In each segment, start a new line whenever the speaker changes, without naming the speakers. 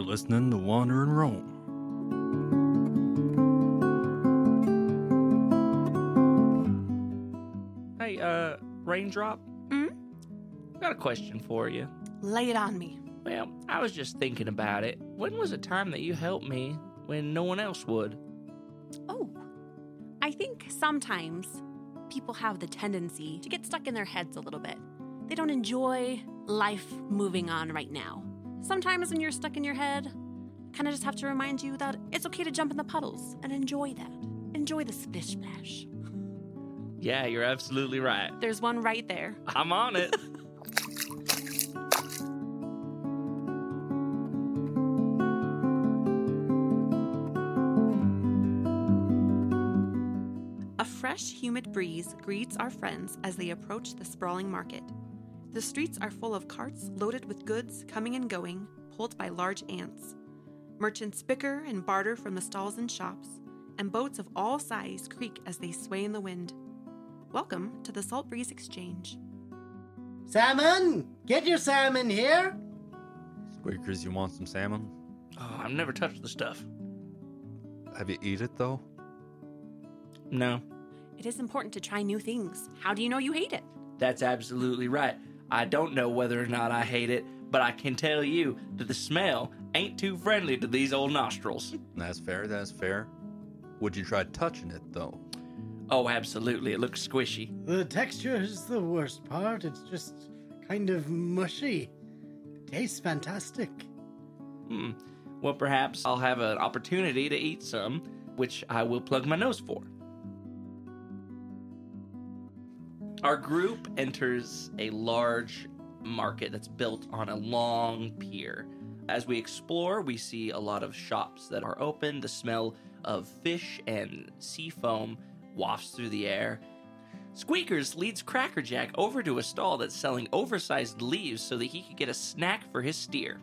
listening to Wandering Rome.
Hey, uh, Raindrop?
Mm?
Got a question for you.
Lay it on me.
Well, I was just thinking about it. When was a time that you helped me when no one else would?
Oh, I think sometimes people have the tendency to get stuck in their heads a little bit. They don't enjoy life moving on right now. Sometimes when you're stuck in your head, kind of just have to remind you that it's okay to jump in the puddles and enjoy that. Enjoy the splish splash.
Yeah, you're absolutely right.
There's one right there.
I'm on it.
A fresh, humid breeze greets our friends as they approach the sprawling market. The streets are full of carts loaded with goods coming and going, pulled by large ants. Merchants bicker and barter from the stalls and shops, and boats of all sizes creak as they sway in the wind. Welcome to the Salt Breeze Exchange.
Salmon! Get your salmon here!
Squeakers, you want some salmon?
Oh, I've never touched the stuff.
Have you eat it though?
No,
It is important to try new things. How do you know you hate it?
that's absolutely right. I don't know whether or not I hate it, but I can tell you that the smell ain't too friendly to these old nostrils.
That's fair, that's fair. Would you try touching it though?
Oh, absolutely. It looks squishy.
The texture is the worst part. It's just kind of mushy. tastes fantastic.
Hmm. Well, perhaps I'll have an opportunity to eat some, which I will plug my nose for. Our group enters a large market that's built on a long pier. As we explore, we see a lot of shops that are open. The smell of fish and sea foam wafts through the air. Squeakers leads Crackerjack over to a stall that's selling oversized leaves so that he could get a snack for his steer.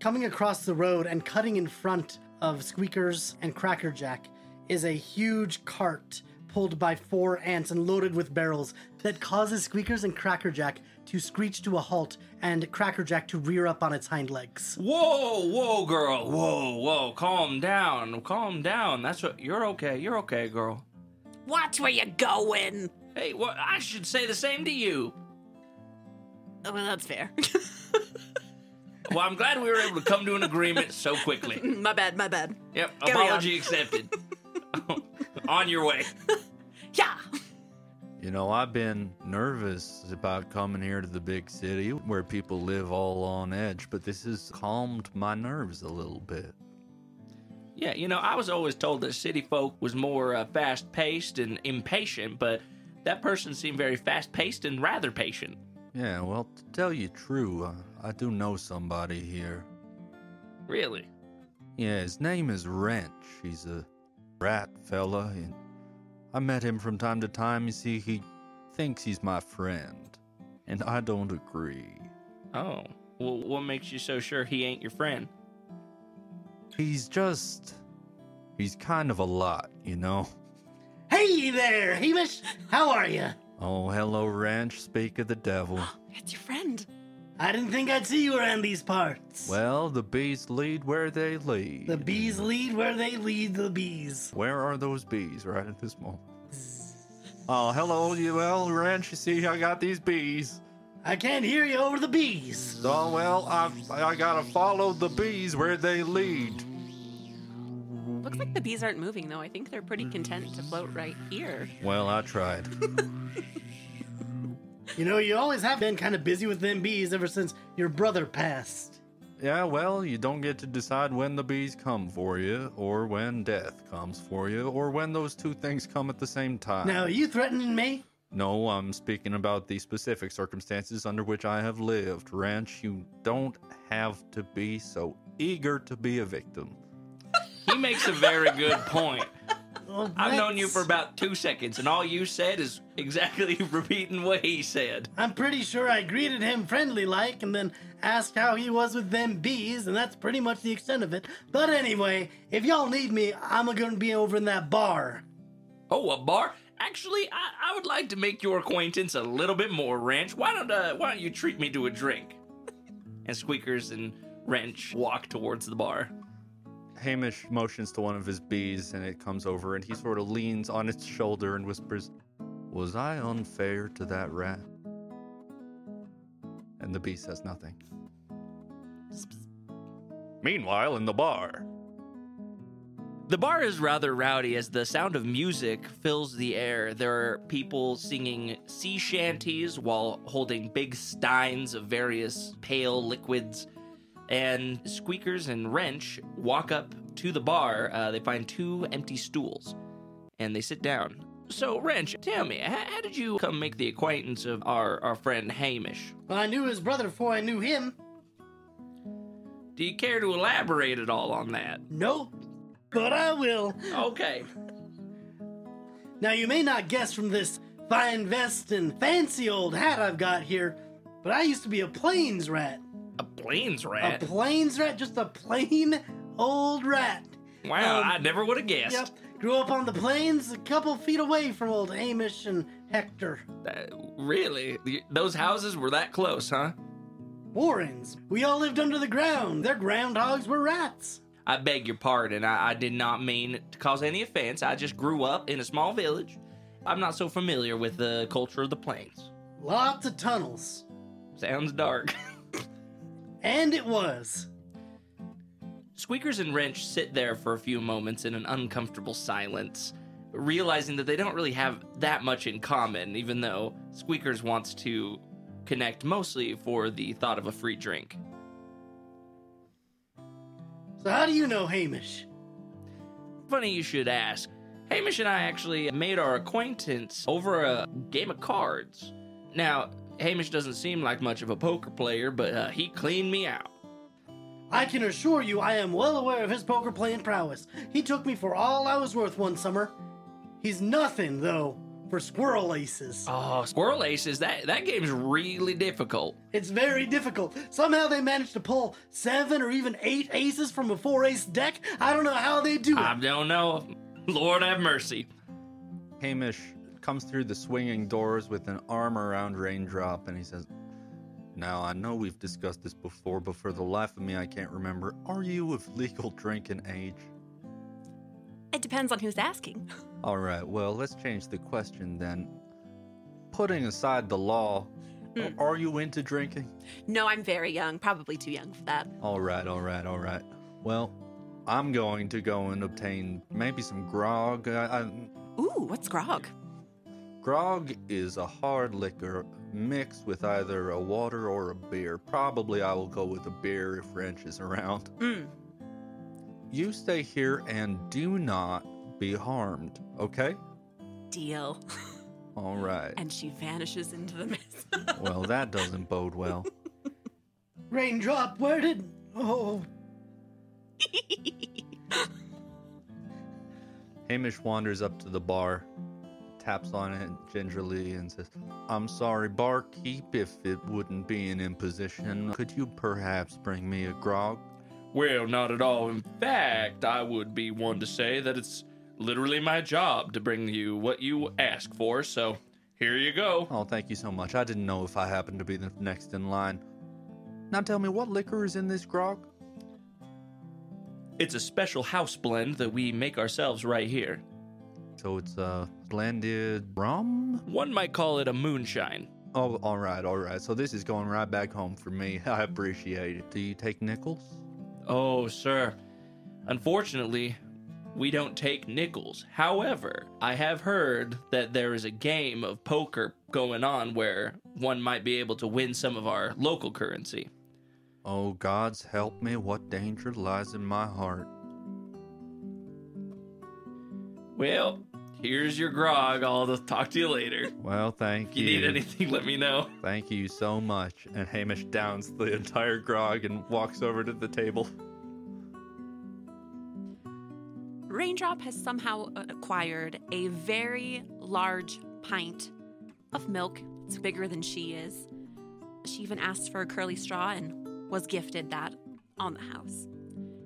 Coming across the road and cutting in front of Squeakers and Crackerjack is a huge cart pulled by four ants and loaded with barrels that causes Squeakers and Crackerjack to screech to a halt and Crackerjack to rear up on its hind legs.
Whoa, whoa, girl. Whoa, whoa. Calm down. Calm down. That's what you're okay. You're okay, girl.
Watch where you're going!
Hey, what I should say the same to you.
Oh, well, that's fair.
Well, I'm glad we were able to come to an agreement so quickly.
my bad, my bad.
Yep,
Carry on.
apology accepted. on your way.
Yeah!
You know, I've been nervous about coming here to the big city where people live all on edge, but this has calmed my nerves a little bit.
Yeah, you know, I was always told that city folk was more uh, fast paced and impatient, but that person seemed very fast paced and rather patient.
Yeah, well, to tell you true, uh, I do know somebody here.
Really?
Yeah, his name is Wrench. He's a rat fella, and I met him from time to time. You see, he thinks he's my friend, and I don't agree.
Oh. Well, what makes you so sure he ain't your friend?
He's just. He's kind of a lot, you know?
Hey there, Hamish! How are you?
Oh, hello, Wrench. Speak of the devil.
It's your friend.
I didn't think I'd see you around these parts.
Well, the bees lead where they lead.
the bees lead where they lead the bees.
Where are those bees right at this moment? Oh, hello, you well, Wrench. You see, I got these bees.
I can't hear you over the bees.
Oh well, I I gotta follow the bees where they lead.
Looks like the bees aren't moving though. I think they're pretty content to float right here.
Well, I tried.
You know, you always have been kind of busy with them bees ever since your brother passed.
yeah, well, you don't get to decide when the bees come for you, or when death comes for you, or when those two things come at the same time.
Now, are you threatening me?
No, I'm speaking about the specific circumstances under which I have lived. Ranch, you don't have to be so eager to be a victim.
He makes a very good point.
Well,
I've known
that's-
you for about two seconds, and all you said is exactly repeating what he said.
I'm pretty sure I greeted him friendly like and then asked how he was with them bees, and that's pretty much the extent of it. But anyway, if y'all need me, I'm gonna be over in that bar.
Oh, a bar? Actually, I, I would like to make your acquaintance a little bit more, Ranch. Why don't uh, Why don't you treat me to a drink? And Squeakers and wrench walk towards the bar.
Hamish motions to one of his bees and it comes over and he sort of leans on its shoulder and whispers, Was I unfair to that rat? And the bee says nothing. Meanwhile, in the bar,
The bar is rather rowdy as the sound of music fills the air. There are people singing sea shanties while holding big steins of various pale liquids. And Squeakers and Wrench walk up to the bar. Uh, they find two empty stools and they sit down. So, Wrench, tell me, how, how did you come make the acquaintance of our, our friend Hamish?
Well, I knew his brother before I knew him.
Do you care to elaborate at all on that?
Nope. But I will.
Okay.
Now, you may not guess from this fine vest and fancy old hat I've got here, but I used to be a plains rat.
A plains
A
rat?
plains rat? Just a plain old rat.
wow,
um,
I never would have guessed.
Yep. Grew up on the plains a couple feet away from old Hamish and Hector.
Uh, really? The- Those houses were that close, huh?
Warrens. We all lived under the ground. Their groundhogs were rats.
I beg your pardon. I, I did not mean to cause any offense. I just grew up in a small village. I'm not so familiar with the culture of the plains.
Lots of tunnels.
Sounds dark.
And it was.
Squeakers and Wrench sit there for a few moments in an uncomfortable silence, realizing that they don't really have that much in common, even though Squeakers wants to connect mostly for the thought of a free drink.
So, how do you know Hamish?
Funny you should ask. Hamish and I actually made our acquaintance over a game of cards. Now, Hamish doesn't seem like much of a poker player, but uh, he cleaned me out.
I can assure you I am well aware of his poker playing prowess. He took me for all I was worth one summer. He's nothing, though, for squirrel aces.
Oh, squirrel aces! That that game's really difficult.
It's very difficult. Somehow they managed to pull seven or even eight aces from a four ace deck. I don't know how they do it.
I don't know. Lord have mercy.
Hamish comes through the swinging doors with an arm around Raindrop and he says, Now, I know we've discussed this before, but for the life of me, I can't remember. Are you of legal drinking age?
It depends on who's asking.
All right, well, let's change the question then. Putting aside the law, are you into drinking?
No, I'm very young, probably too young for that.
All right, all right, all right. Well, I'm going to go and obtain maybe some grog. I, I,
Ooh, what's grog?
Grog is a hard liquor mixed with either a water or a beer. Probably I will go with a beer if Wrench is around.
Mm.
You stay here and do not be harmed, okay?
Deal.
All right.
And she vanishes into the mist.
well, that doesn't bode well.
Raindrop, where did. Oh.
Hamish wanders up to the bar, taps on it gingerly, and says, I'm sorry, barkeep, if it wouldn't be an imposition, could you perhaps bring me a grog?
Well, not at all. In fact, I would be one to say that it's literally my job to bring you what you ask for, so here you go.
Oh, thank you so much. I didn't know if I happened to be the next in line. Now tell me, what liquor is in this grog?
It's a special house blend that we make ourselves right here.
So it's uh, blended rum?
One might call it a moonshine.
Oh, all right, all right. So this is going right back home for me. I appreciate it. Do you take nickels?
Oh, sir. Unfortunately, we don't take nickels. However, I have heard that there is a game of poker going on where one might be able to win some of our local currency.
Oh, gods help me, what danger lies in my heart.
Well, here's your grog. I'll talk to you later.
Well, thank
If you
you.
need anything, let me know.
Thank you so much. And Hamish downs the entire grog and walks over to the table.
Raindrop has somehow uh, acquired a very large pint of milk. It's bigger than she is. She even asked for a curly straw and was gifted that on the house.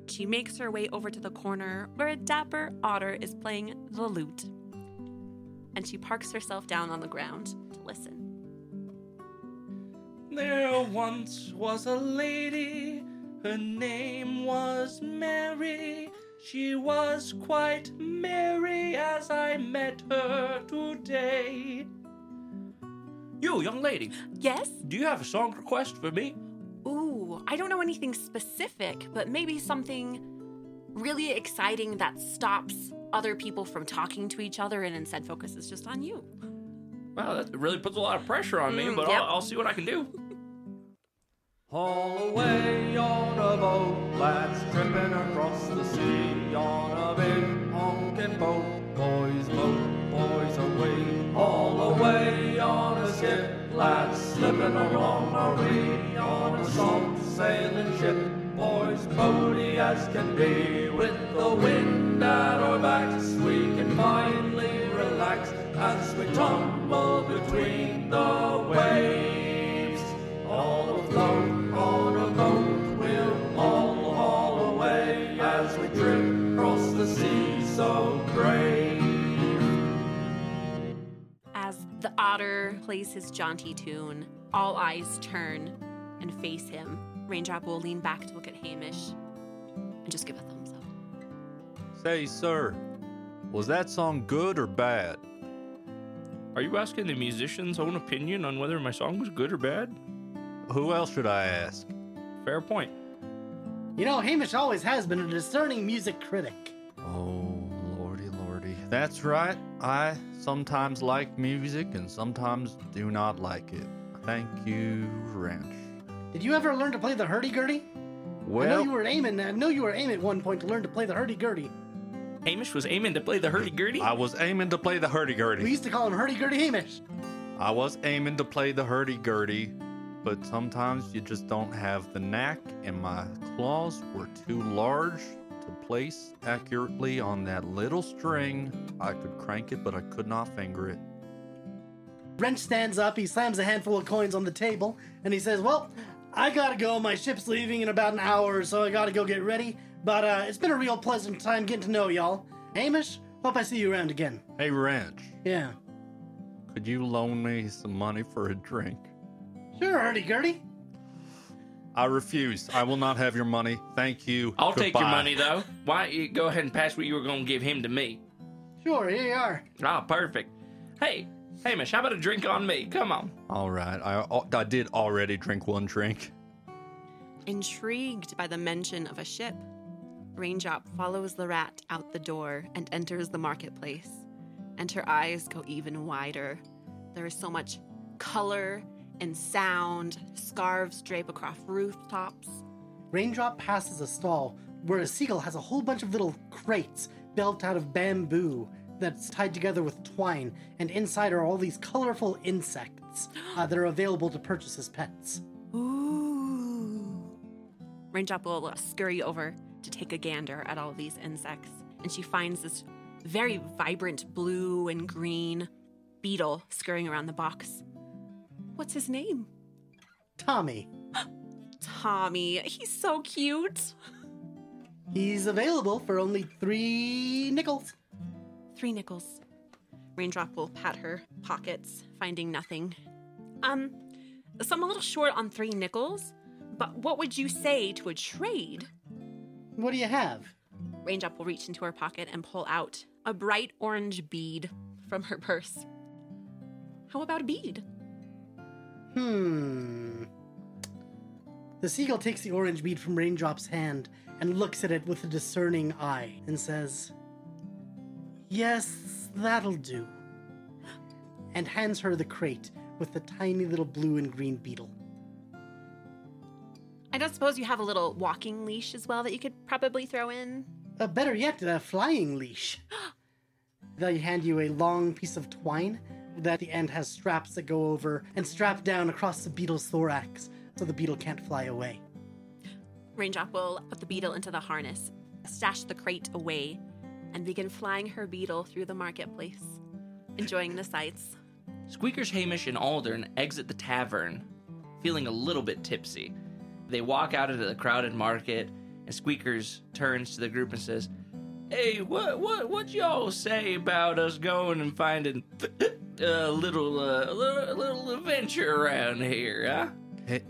She makes her way over to the corner where a dapper otter is playing the lute. And she parks herself down on the ground to listen.
There once was a lady Her name was Mary. She was quite merry as I met her today. You, young lady,
Yes?
do you have a song request for me?
Ooh, I don't know anything specific, but maybe something really exciting that stops other people from talking to each other and instead focuses just on you.
Wow, that really puts a lot of pressure on me,
Mm,
but
yep.
I'll, I'll see what I can do.
Haul away on a boat, lads, tripping across the sea on a big honking boat, boys, boat, boys away. Haul away on a skip, lads, slipping along a ree on a salt sailing ship, boys, boaty as can be. With the wind at our backs, we can finally relax as we tumble between the waves. All afloat on a boat, we'll all haul away as we drift across the sea so brave.
As the otter plays his jaunty tune, all eyes turn and face him. Raindrop will lean back to look at Hamish and just give a thumbs up.
Say, sir, was that song good or bad?
Are you asking the musician's own opinion on whether my song was good or bad?
Who else should I ask?
Fair point.
You know, Hamish always has been a discerning music critic.
Oh, lordy, lordy. That's right. I sometimes like music and sometimes do not like it. Thank you, Ranch.
Did you ever learn to play the hurdy-gurdy? I know
Well,
you were aiming. I know you were aiming at one point to learn to play the hurdy-gurdy.
Hamish was aiming to play the hurdy-gurdy.
I was aiming to play the
We
hurdy-gurdy.
used to call him hurdy-gurdy Hamish.
I was aiming to play the hurdy-gurdy, but sometimes you just don't have the knack, and my claws were too large to place accurately on that little string. I could crank it, but I could not finger it.
Wrench stands up. He slams a handful of coins on the table, and he says, "Well, I gotta go. My ship's leaving in about an hour, so I gotta go get ready. But uh, it's been a real pleasant time getting to know y'all. Hamish, hope I see you around again.
Hey, Ranch,
Yeah,
could you loan me some money for a drink?
sure, hurdy-gurdy.
I refuse. I will not have your money. Thank you.
I'll take your
Goodbye.
money though. Why don't you go ahead and pass what you were going to give him to me?
Sure, here you are.
Ah, perfect. Hey, Hamish, how about a drink on me? Come on.
All right. I I did already drink one drink.
Intrigued by the mention of a ship, Raindrop follows the rat out the door and enters the marketplace. And her eyes go even wider. There is so much color and sound. Scarves drape across rooftops.
Raindrop passes a stall where a seagull has a whole bunch of little crates built out of bamboo that's tied together with twine, and inside are all these colorful insects uh, that are available to purchase as pets.
Ooh. Raindrop will scurry over to take a gander at all these insects, and she finds this very vibrant blue and green beetle scurrying around the box. What's his name?
Tommy,
Tommy. He's so cute.
he's available for only three nickels.
Three nickels. Raindrop will pat her pockets, finding nothing. Um, so I'm a little short on three nickels, but what would you say to a trade?
What do you have?
Raindrop will reach into her pocket and pull out a bright orange bead from her purse. How about a bead?
Hmm. The seagull takes the orange bead from Raindrop's hand and looks at it with a discerning eye and says, Yes, that'll do. And hands her the crate with the tiny little blue and green beetle.
I don't suppose you have a little walking leash as well that you could probably throw in.
Uh, better yet, a flying leash. They hand you a long piece of twine that the end has straps that go over and strap down across the beetle's thorax so the beetle can't fly away.
Raindrop will put the beetle into the harness, stash the crate away, and begin flying her beetle through the marketplace, enjoying the sights.
Squeakers, Hamish, and Aldern exit the tavern, feeling a little bit tipsy. They walk out into the crowded market, and Squeakers turns to the group and says, "Hey, what what what y'all say about us going and finding uh, a little uh, little, little adventure around here, huh?"
Hey,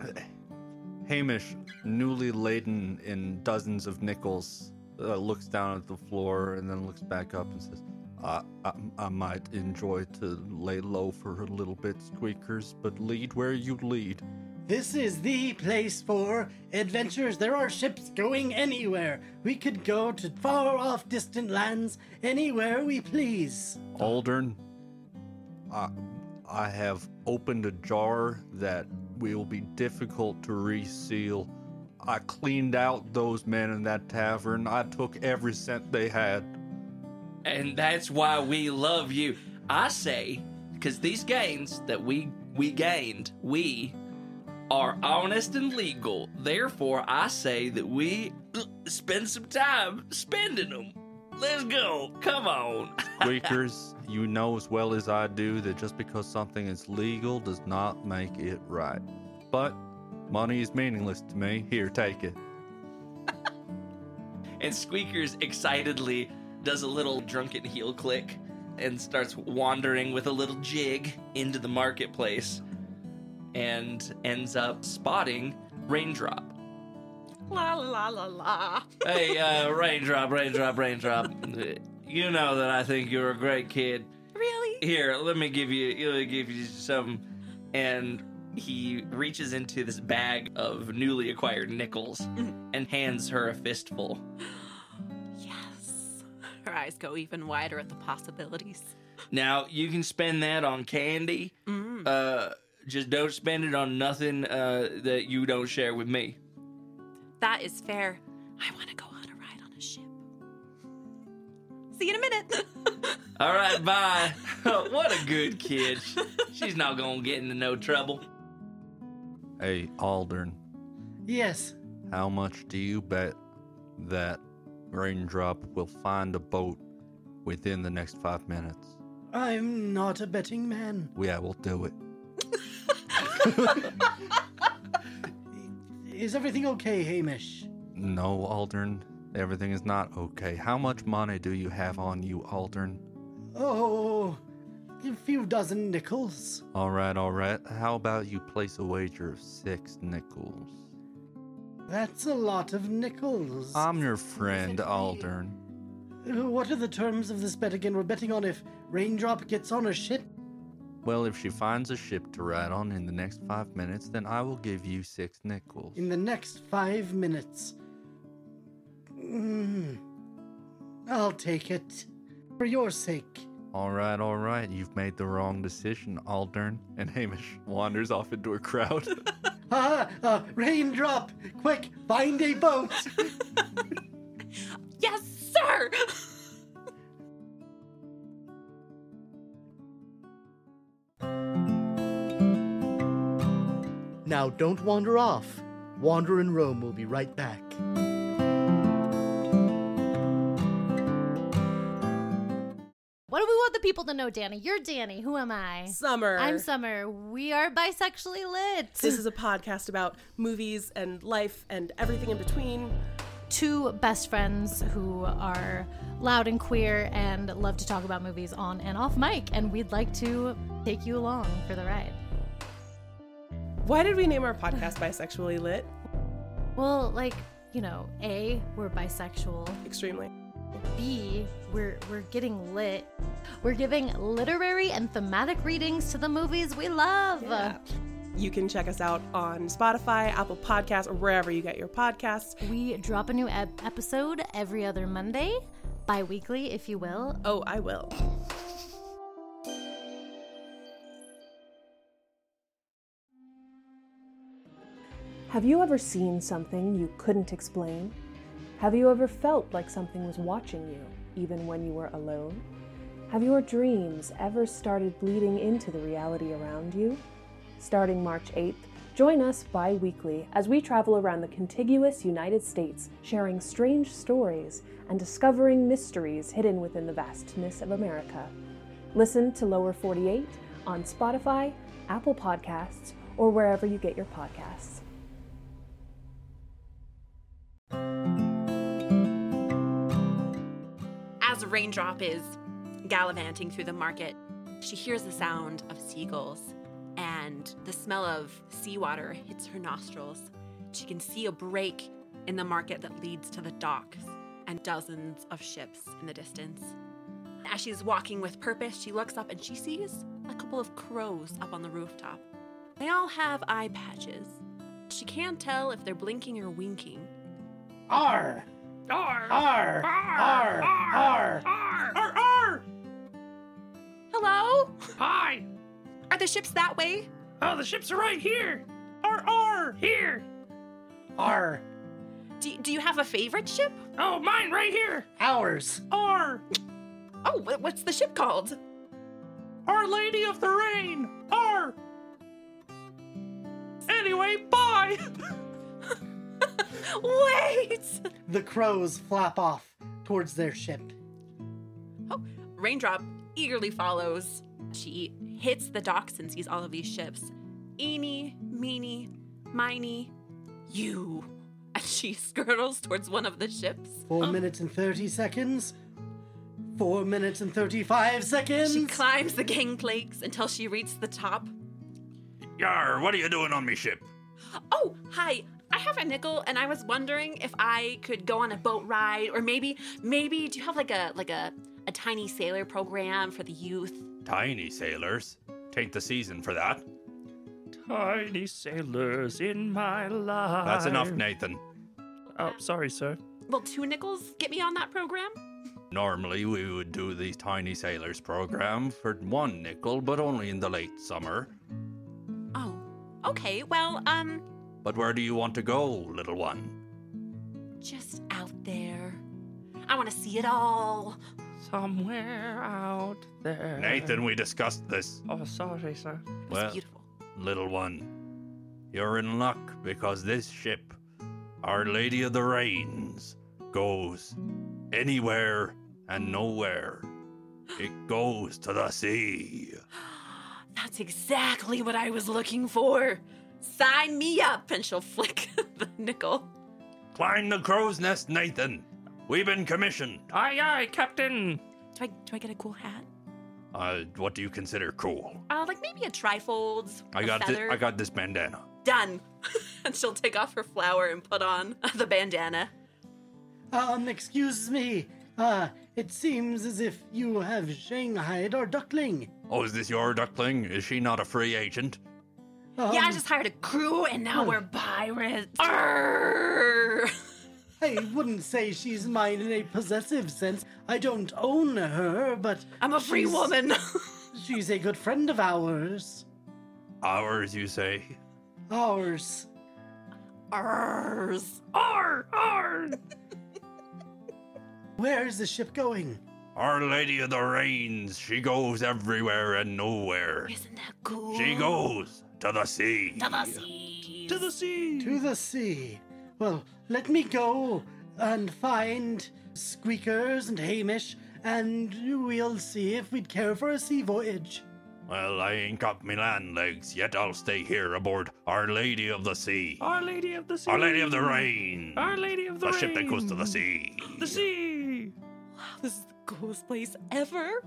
Hamish, newly laden in dozens of nickels, uh, looks down at the floor and then looks back up and says, I, I, I might enjoy to lay low for a little bit, Squeakers, but lead where you lead.
This is the place for adventures. There are ships going anywhere. We could go to far off distant lands anywhere we please.
Aldern, I, I have opened a jar that will be difficult to reseal. I cleaned out those men in that tavern. I took every cent they had.
and that's why we love you. I say, because these gains that we we gained, we are honest and legal. Therefore, I say that we uh, spend some time spending them. Let's go. Come on.
Squeakers, you know as well as I do that just because something is legal does not make it right. But money is meaningless to me. Here, take it.
And Squeakers excitedly does a little drunken heel click and starts wandering with a little jig into the marketplace and ends up spotting Raindrop.
La la la la.
hey, uh, Raindrop, Raindrop, Raindrop. You know that I think you're a great kid.
Really?
Here, let me give you, let me give you some. And he reaches into this bag of newly acquired nickels and hands her a fistful.
Yes. Her eyes go even wider at the possibilities.
Now you can spend that on candy. Uh, just don't spend it on nothing uh, that you don't share with me.
That is fair. I want to go on a ride on a ship. See you in a minute.
All right, bye. what a good kid. She's not gonna get into no trouble.
Hey, Aldern,
Yes,
how much do you bet that Raindrop will find a boat within the next five minutes?
I'm not a betting man.
Yeah, we'll do it.
Is everything okay, Hamish?
No, Aldern, everything is not okay. How much money do you have on you, Aldern?
Oh, a few dozen nickels.
All right, all right. How about you place a wager of six nickels?
That's a lot of nickels.
Um,
I'm your friend, Aldern.
what are the terms of this bet again? We're betting on if Raindrop gets on a ship.
Well, if she finds a ship to ride on in the next five minutes, then I will give you six nickels.
in the next five minutes. Mm, I'll take it. For your sake.
All right, all right. You've made the wrong decision, Aldern. And Hamish wanders off into a crowd.
Ah, ah, raindrop! Quick, find a boat!
yes, sir.
Now don't wander off. Wander in Rome will be right back.
What do we want the people to know, Danny? You're Danny. Who am I?
Summer.
I'm Summer. We are bisexually lit.
This is a podcast about movies and life and everything in between.
two best friends who are loud and queer and love to talk about movies on and off mic, and we'd like to take you along for the ride.
Why did we name our podcast Bisexually Lit?
Well, like, you know, A, we're bisexual.
Extremely.
B, we're we're getting lit. We're giving literary and thematic readings to the movies we love.
You can check us out on Spotify, Apple Podcasts, or wherever you get your podcasts.
We drop a new ep- episode every other Monday, bi weekly, if you will,
Oh, I will.
Have you ever seen something you couldn't explain? Have you ever felt like something was watching you, even when you were alone? Have your dreams ever started bleeding into the reality around you? Starting March 8th, join us bi weekly as we travel around the contiguous United States, sharing strange stories and discovering mysteries hidden within the vastness of America. Listen to Lower 48 on Spotify, Apple Podcasts, or wherever you get your podcasts.
As Raindrop is gallivanting through the market, she hears the sound of seagulls and the smell of seawater hits her nostrils. She can see a break in the market that leads to the docks and dozens of ships in the distance. As she's walking with purpose, she looks up and she sees a couple of crows up on the rooftop. They all have eye patches. She can't tell if they're blinking or winking.
R. R. R. R. R.
Hello?
Hi!
Are the ships that way?
Oh, the ships are right here! R R! Here!
R.
Do, do you have a favorite ship?
Oh, mine right here!
Ours.
R!
Oh, wh- what's the ship called?
Our Lady of the Rain! R! Anyway, bye!
Wait!
The crows flap off towards their ship.
Oh, Raindrop eagerly follows. She hits the docks and sees all of these ships. Eeny, meeny, miny, you. And she skirtles towards one of the ships.
Four minutes and 30 seconds. Four minutes and 35 seconds.
She climbs the gangplanks until she reaches the top.
Yar, what are you doing on me ship?
Oh, hi. I have a nickel and I was wondering if I could go on a boat ride or maybe maybe do you have like a like a a tiny sailor program for the youth?
Tiny sailors. Tain't the season for that.
Tiny sailors in my life.
That's enough, Nathan.
Oh, sorry, sir.
Will two nickels get me on that program?
Normally, we would do the Tiny Sailors program for one nickel, but only in the late summer.
Oh. Okay. Well, um
But where do you want to go, little one?
just out there. I want to see it all.
Somewhere out there.
Nathan, we discussed this.
Oh, sorry, sir.
It's
Well,
beautiful.
little one, you're in luck because this ship, Our Lady of the Rains, goes anywhere and nowhere. It goes to the sea.
That's exactly what I was looking for. Sign me up, and she'll flick the nickel.
Climb the crow's nest, Nathan. We've been commissioned.
Aye, aye, Captain!
Do I do I get a cool hat?
Uh, what do you consider cool?
Uh, like maybe a trifold.
I
a
got this,
feather.
I got this bandana.
done. and she'll take off her flower and put on the bandana.
Um, excuse me. Uh, it seems as if you have shanghaied our duckling.
Oh, is this your duckling? Is she not a free agent?
Um,
yeah, I just hired a crew and now we're pirates. Arr!
I wouldn't say she's mine in a possessive sense. I don't own her, but
I'm a free
she's-
woman.
She's a good friend of ours.
Ours, you say?
Ours.
Arrs.
R! R!
Where is the ship going?
Our Lady of the Rains, she goes everywhere and nowhere.
Isn't that cool?
She goes to the sea.
To the seas.
To the sea!
To the sea. Well, let me go and find Squeakers and Hamish, and we'll see if we'd care for a sea voyage.
Well, I ain't got me land legs, yet I'll stay here aboard Our Lady of the Sea.
Our Lady of the Sea!
Our Lady of the Rain.
Our Lady of the
the
Rain!
ship that goes to the sea.
The sea!
This is the coolest place ever.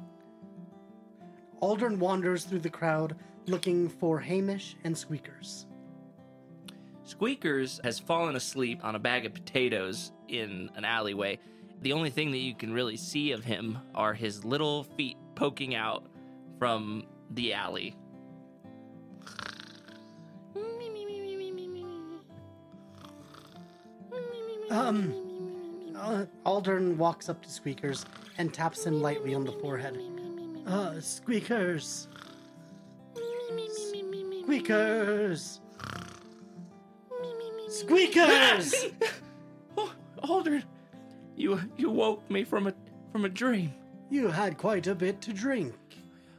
Aldrin wanders through the crowd looking for Hamish and Squeakers.
Squeakers has fallen asleep on a bag of potatoes in an alleyway. The only thing that you can really see of him are his little feet poking out from the alley.
Um, uh, Aldrin walks up to Squeakers and taps him lightly on the forehead. Uh, Squeakers. Squeakers. Squeakers!
Oh, Aldrin, you you woke me from a from a dream.
you had quite a bit to drink.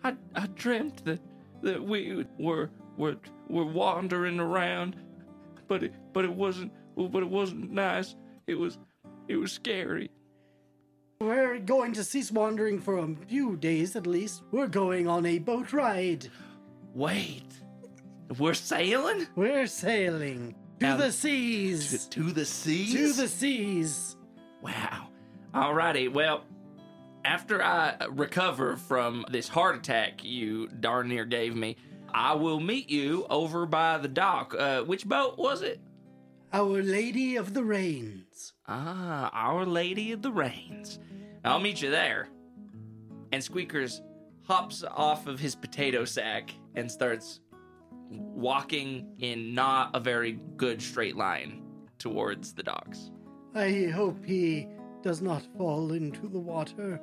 I, I dreamt that that we were were were wandering around, but it but it wasn't but it wasn't nice. It was it was scary.
We're going to cease wandering for a few days at least. We're going on a boat ride.
Wait, we're sailing
We're sailing to
Um,
the seas.
to the sea.
to the seas.
Wow. Alrighty. Well, after I recover from this heart attack you darn near gave me, I will meet you over by the dock. Uh, which boat was it?
Our Lady of the Rains.
Ah, Our Lady of the Rains. I'll meet you there. And Squeakers hops off of his potato sack and starts walking in not a very good straight line towards the docks.
I hope he does not fall into the water.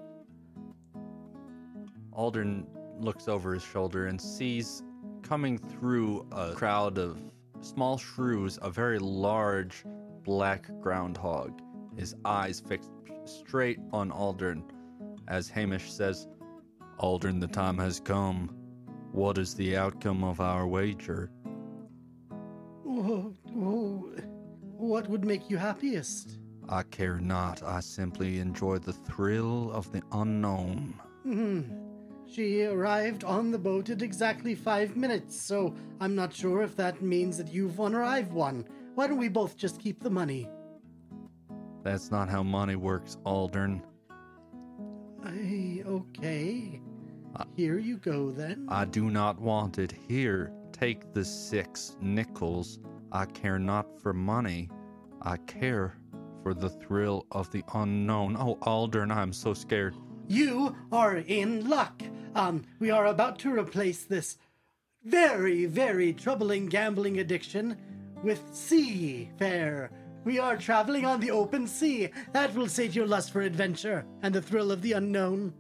Aldrin looks over his shoulder and sees coming through a crowd of small shrews a very large black groundhog, his eyes fixed straight on Aldrin. As Hamish says, Aldrin, the time has come. What is the outcome of our wager?
Oh, oh, what would make you happiest?
I care not. I simply enjoy the thrill of the unknown.
Hmm. She arrived on the boat at exactly five minutes, so I'm not sure if that means that you've won or I've won. Why don't we both just keep the money?
That's not how money works, Aldrin.
I, okay. Here you go then.
I do not want it. Here, take the six nickels. I care not for money. I care for the thrill of the unknown. Oh, Aldrin, I'm so scared.
You are in luck. Um, we are about to replace this very, very troubling gambling addiction with seafair. We are traveling on the open sea. That will sate your lust for adventure and the thrill of the unknown.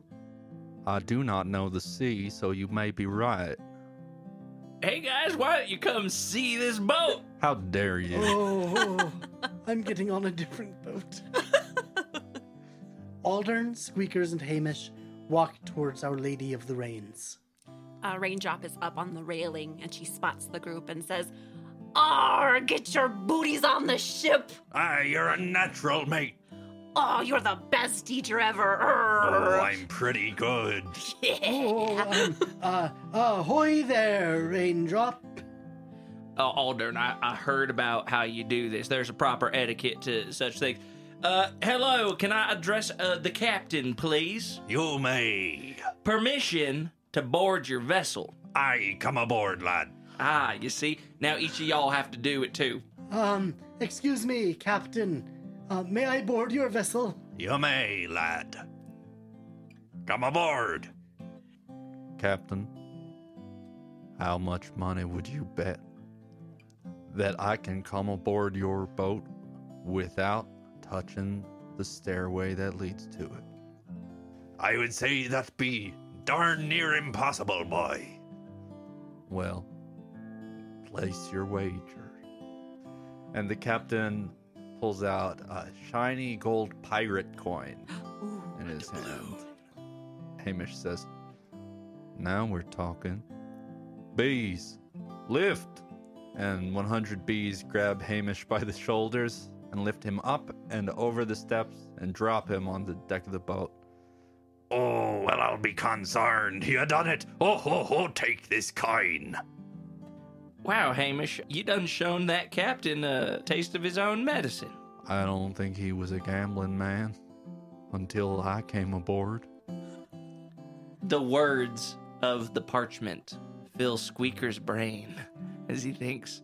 I do not know the sea, so you may be right.
Hey guys, why don't you come see this boat?
How dare you?
Oh, I'm getting on a different boat. Aldern, Squeakers, and Hamish walk towards Our Lady of the Rains.
A raindrop is up on the railing and she spots the group and says, Arr, get your booties on the ship!
Ah, you're a natural, mate.
Oh, you're the best teacher ever! Arr."
Oh, pretty good.
Oh, um, uh, ahoy there, Raindrop.
Oh, Aldern, I, I heard about how you do this. There's a proper etiquette to such things. Uh, hello, can I address uh, the captain, please?
You may.
Permission to board your vessel.
I come aboard, lad.
Ah, you see, now each of y'all have to do it too.
Um, excuse me, Captain. Uh, may I board your vessel?
You may, lad. Come aboard. Captain, how much money would you bet that I can come aboard your boat without touching the stairway that leads to it? I would say that be darn near impossible, boy. Well, place your wager. And the captain pulls out a shiny gold pirate coin in his hand. Hamish says, Now we're talking. Bees, lift! And 100 bees grab Hamish by the shoulders and lift him up and over the steps and drop him on the deck of the boat.
Oh, well, I'll be concerned. You done it. Oh, ho, ho, take this coin.
Wow, Hamish, you done shown that captain a taste of his own medicine.
I don't think he was a gambling man until I came aboard.
The words of the parchment fill Squeaker's brain as he thinks,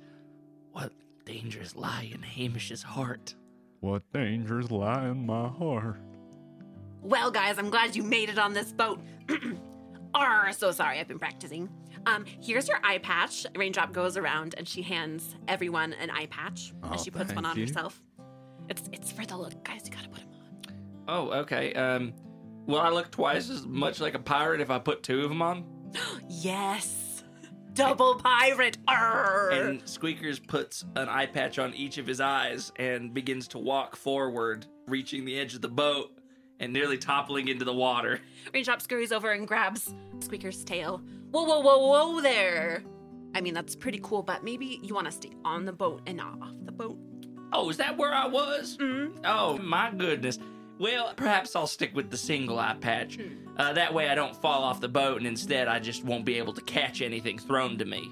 What dangers lie in Hamish's heart?
What dangers lie in my heart?
Well, guys, I'm glad you made it on this boat. Arr, so sorry, I've been practicing. Um, here's your eye patch. Raindrop goes around and she hands everyone an eye patch,
Oh,
and she puts one
thank
on
you.
herself. It's it's for the look, guys. You gotta put them on.
Oh, okay. Um, will I look twice as much like a pirate if I put two of them on?
Yes, double pirate. Arr.
And Squeakers puts an eye patch on each of his eyes and begins to walk forward, reaching the edge of the boat and nearly toppling into the water.
Raindrop scurries over and grabs Squeaker's tail. Whoa, whoa, whoa, whoa there! I mean, that's pretty cool, but maybe you want to stay on the boat and not off the boat.
Oh, is that where I was? Oh, my goodness. Well, perhaps I'll stick with the single eye patch. Uh, that way I don't fall off the boat and instead I just won't be able to catch anything thrown to me.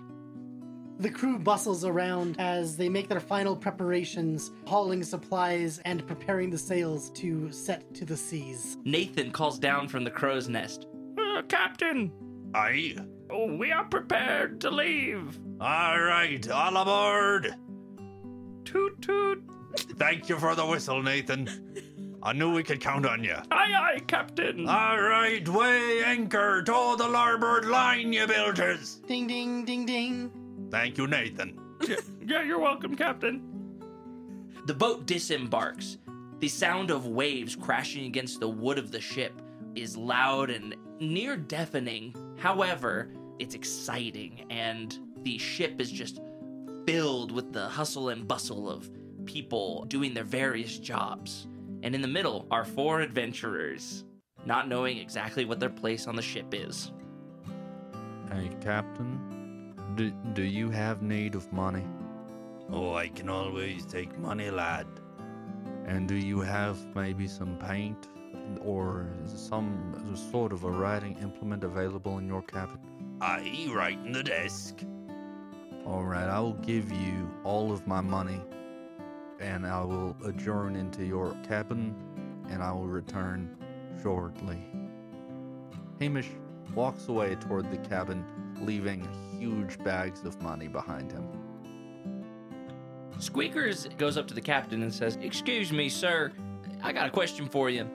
The crew bustles around as they make their final preparations, hauling supplies and preparing the sails to set to the seas.
Nathan calls down from the crow's nest "Uh, Captain,
Aye.
oh, we are prepared to leave.
All right, all aboard.
Toot toot.
Thank you for the whistle, Nathan. I knew we could count on you.
Aye aye, Captain.
All right, weigh anchor to the larboard line, you bilgers.
Ding ding ding ding.
Thank you, Nathan.
yeah, yeah, you're welcome, Captain.
The boat disembarks. The sound of waves crashing against the wood of the ship is loud and near deafening. However, it's exciting, and the ship is just filled with the hustle and bustle of people doing their various jobs. And in the middle are four adventurers, not knowing exactly what their place on the ship is.
Hey, Captain, do, do you have need of money?
Oh, I can always take money, lad.
And do you have maybe some paint or some sort of a writing implement available in your cabin?
Aye, right in the desk.
All right, I will give you all of my money and I will adjourn into your cabin and I will return shortly. Hamish walks away toward the cabin, leaving huge bags of money behind him.
Squeakers goes up to the captain and says, Excuse me, sir, I got a question for you.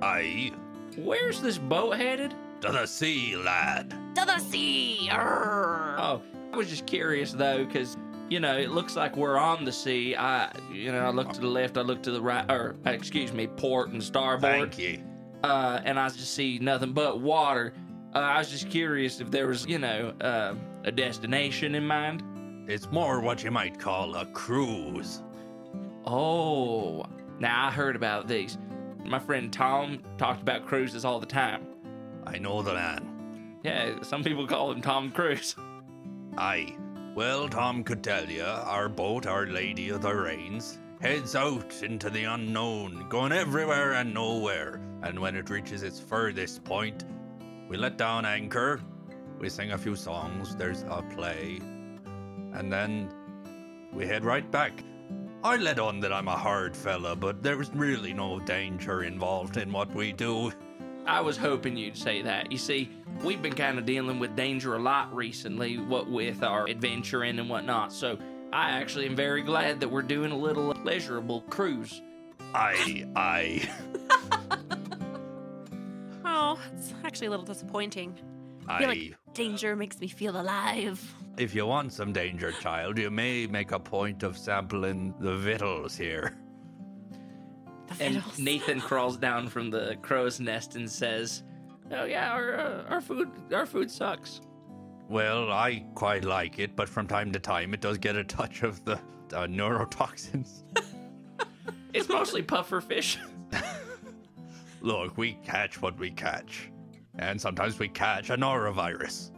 Aye,
Where's this boat headed?
to the sea, lad.
To the sea! Arr!
Oh, I was just curious though, because you know it looks like we're on the sea. I, you know, I looked to the left, I looked to the right, or uh, excuse me, port and starboard,
Thank you.
uh, and I just see nothing but water. Uh, I was just curious if there was, you know, uh, a destination in mind.
It's more what you might call a cruise.
Oh, now I heard about these. My friend Tom talked about cruises all the time.
I know the man.
Yeah, some people call him Tom Cruise.
Aye. Well, Tom could tell you, our boat, Our Lady of the Rains, heads out into the unknown, going everywhere and nowhere. And when it reaches its furthest point, we let down anchor, we sing a few songs, there's a play, and then we head right back. I let on that I'm a hard fella, but there's really no danger involved in what we do.
I was hoping you'd say that. You see, we've been kind of dealing with danger a lot recently, what with our adventuring and whatnot. So I actually am very glad that we're doing a little leisurable cruise.
Aye, aye.
Oh, it's actually a little disappointing. I feel
Aye.
like danger makes me feel alive.
If you want some danger, child, you may make a point of sampling the victuals here.
The
And
fiddles.
Nathan crawls down from the crow's nest and says, "Oh yeah, our uh, our food our food sucks."
Well, I quite like it, but from time to time it does get a touch of the uh, neurotoxins.
It's mostly puffer fish.
Look, we catch what we catch. And sometimes we catch a norovirus.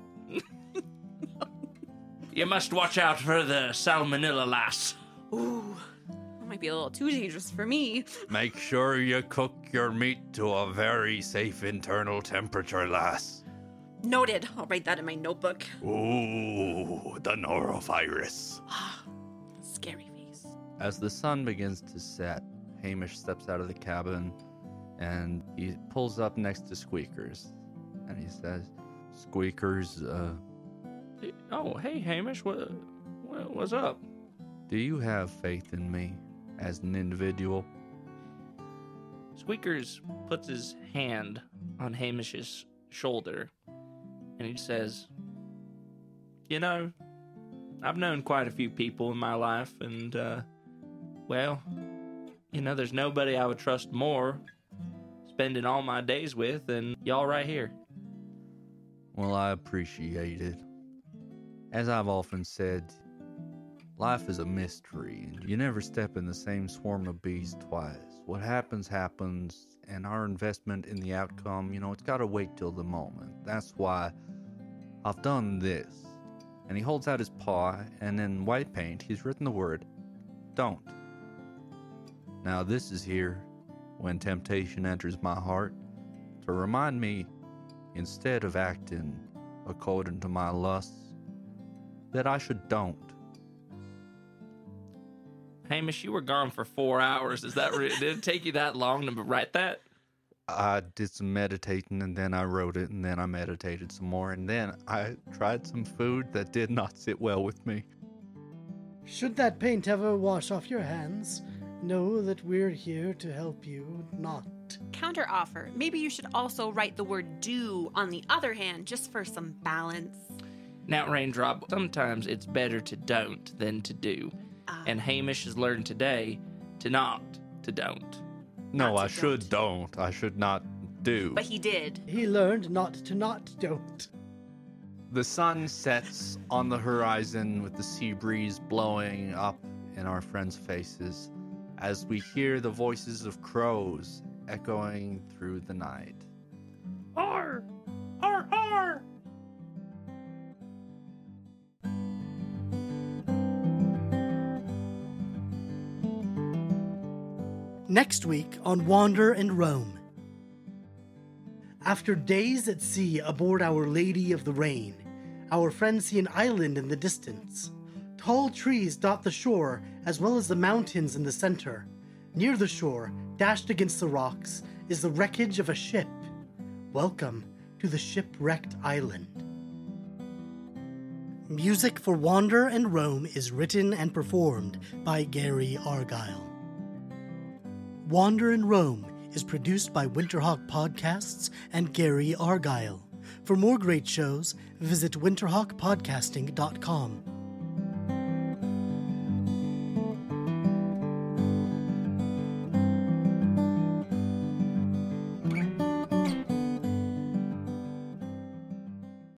you must watch out for the salmonella lass.
Ooh, that might be a little too dangerous for me.
Make sure you cook your meat to a very safe internal temperature, lass.
Noted. I'll write that in my notebook.
Ooh, the norovirus.
Scary face.
As the sun begins to set, Hamish steps out of the cabin and he pulls up next to Squeakers and he says, Squeakers, uh,
Oh hey Hamish, what, what what's up?
do you have faith in me as an individual?
Squeakers puts his hand on Hamish's shoulder and he says, You know, I've known quite a few people in my life, and, uh, well, you know, there's nobody I would trust more spending all my days with than y'all right here.
Well, I appreciate it. As I've often said, life is a mystery, and you never step in the same swarm of bees twice. What happens, happens, and our investment in the outcome, you know, it's got to wait till the moment. That's why I've done this. And he holds out his paw, and in white paint, he's written the word, Don't. Now, this is here when temptation enters my heart to remind me instead of acting according to my lusts, that I should don't.
Hamish, you were gone for four hours. Is that re- did it take you that long to write that?
I did some meditating and then I wrote it and then I meditated some more and then I tried some food that did not sit well with me.
Should that paint ever wash off your hands, know that we're here to help you, not.
Counteroffer. Maybe you should also write the word do on the other hand, just for some balance.
Now, Raindrop, sometimes it's better to don't than to do.
Uh,
and Hamish has learned today to not to don't.
No, I should don't. I should not do.
But he did.
He learned not to not don't.
The sun sets on the horizon with the sea breeze blowing up in our friends' faces as we hear the voices of crows echoing through the night.
R, R, R.
Next week on Wander and Roam. After days at sea aboard Our Lady of the Rain, our friends see an island in the distance. Tall trees dot the shore as well as the mountains in the center. Near the shore, dashed against the rocks, is the wreckage of a ship. Welcome to the shipwrecked island. Music for Wander and Roam is written and performed by Gary Argyle. Wander and Roam is produced by Winterhawk Podcasts and Gary Argyle. For more great shows, visit winterhawkpodcasting.com.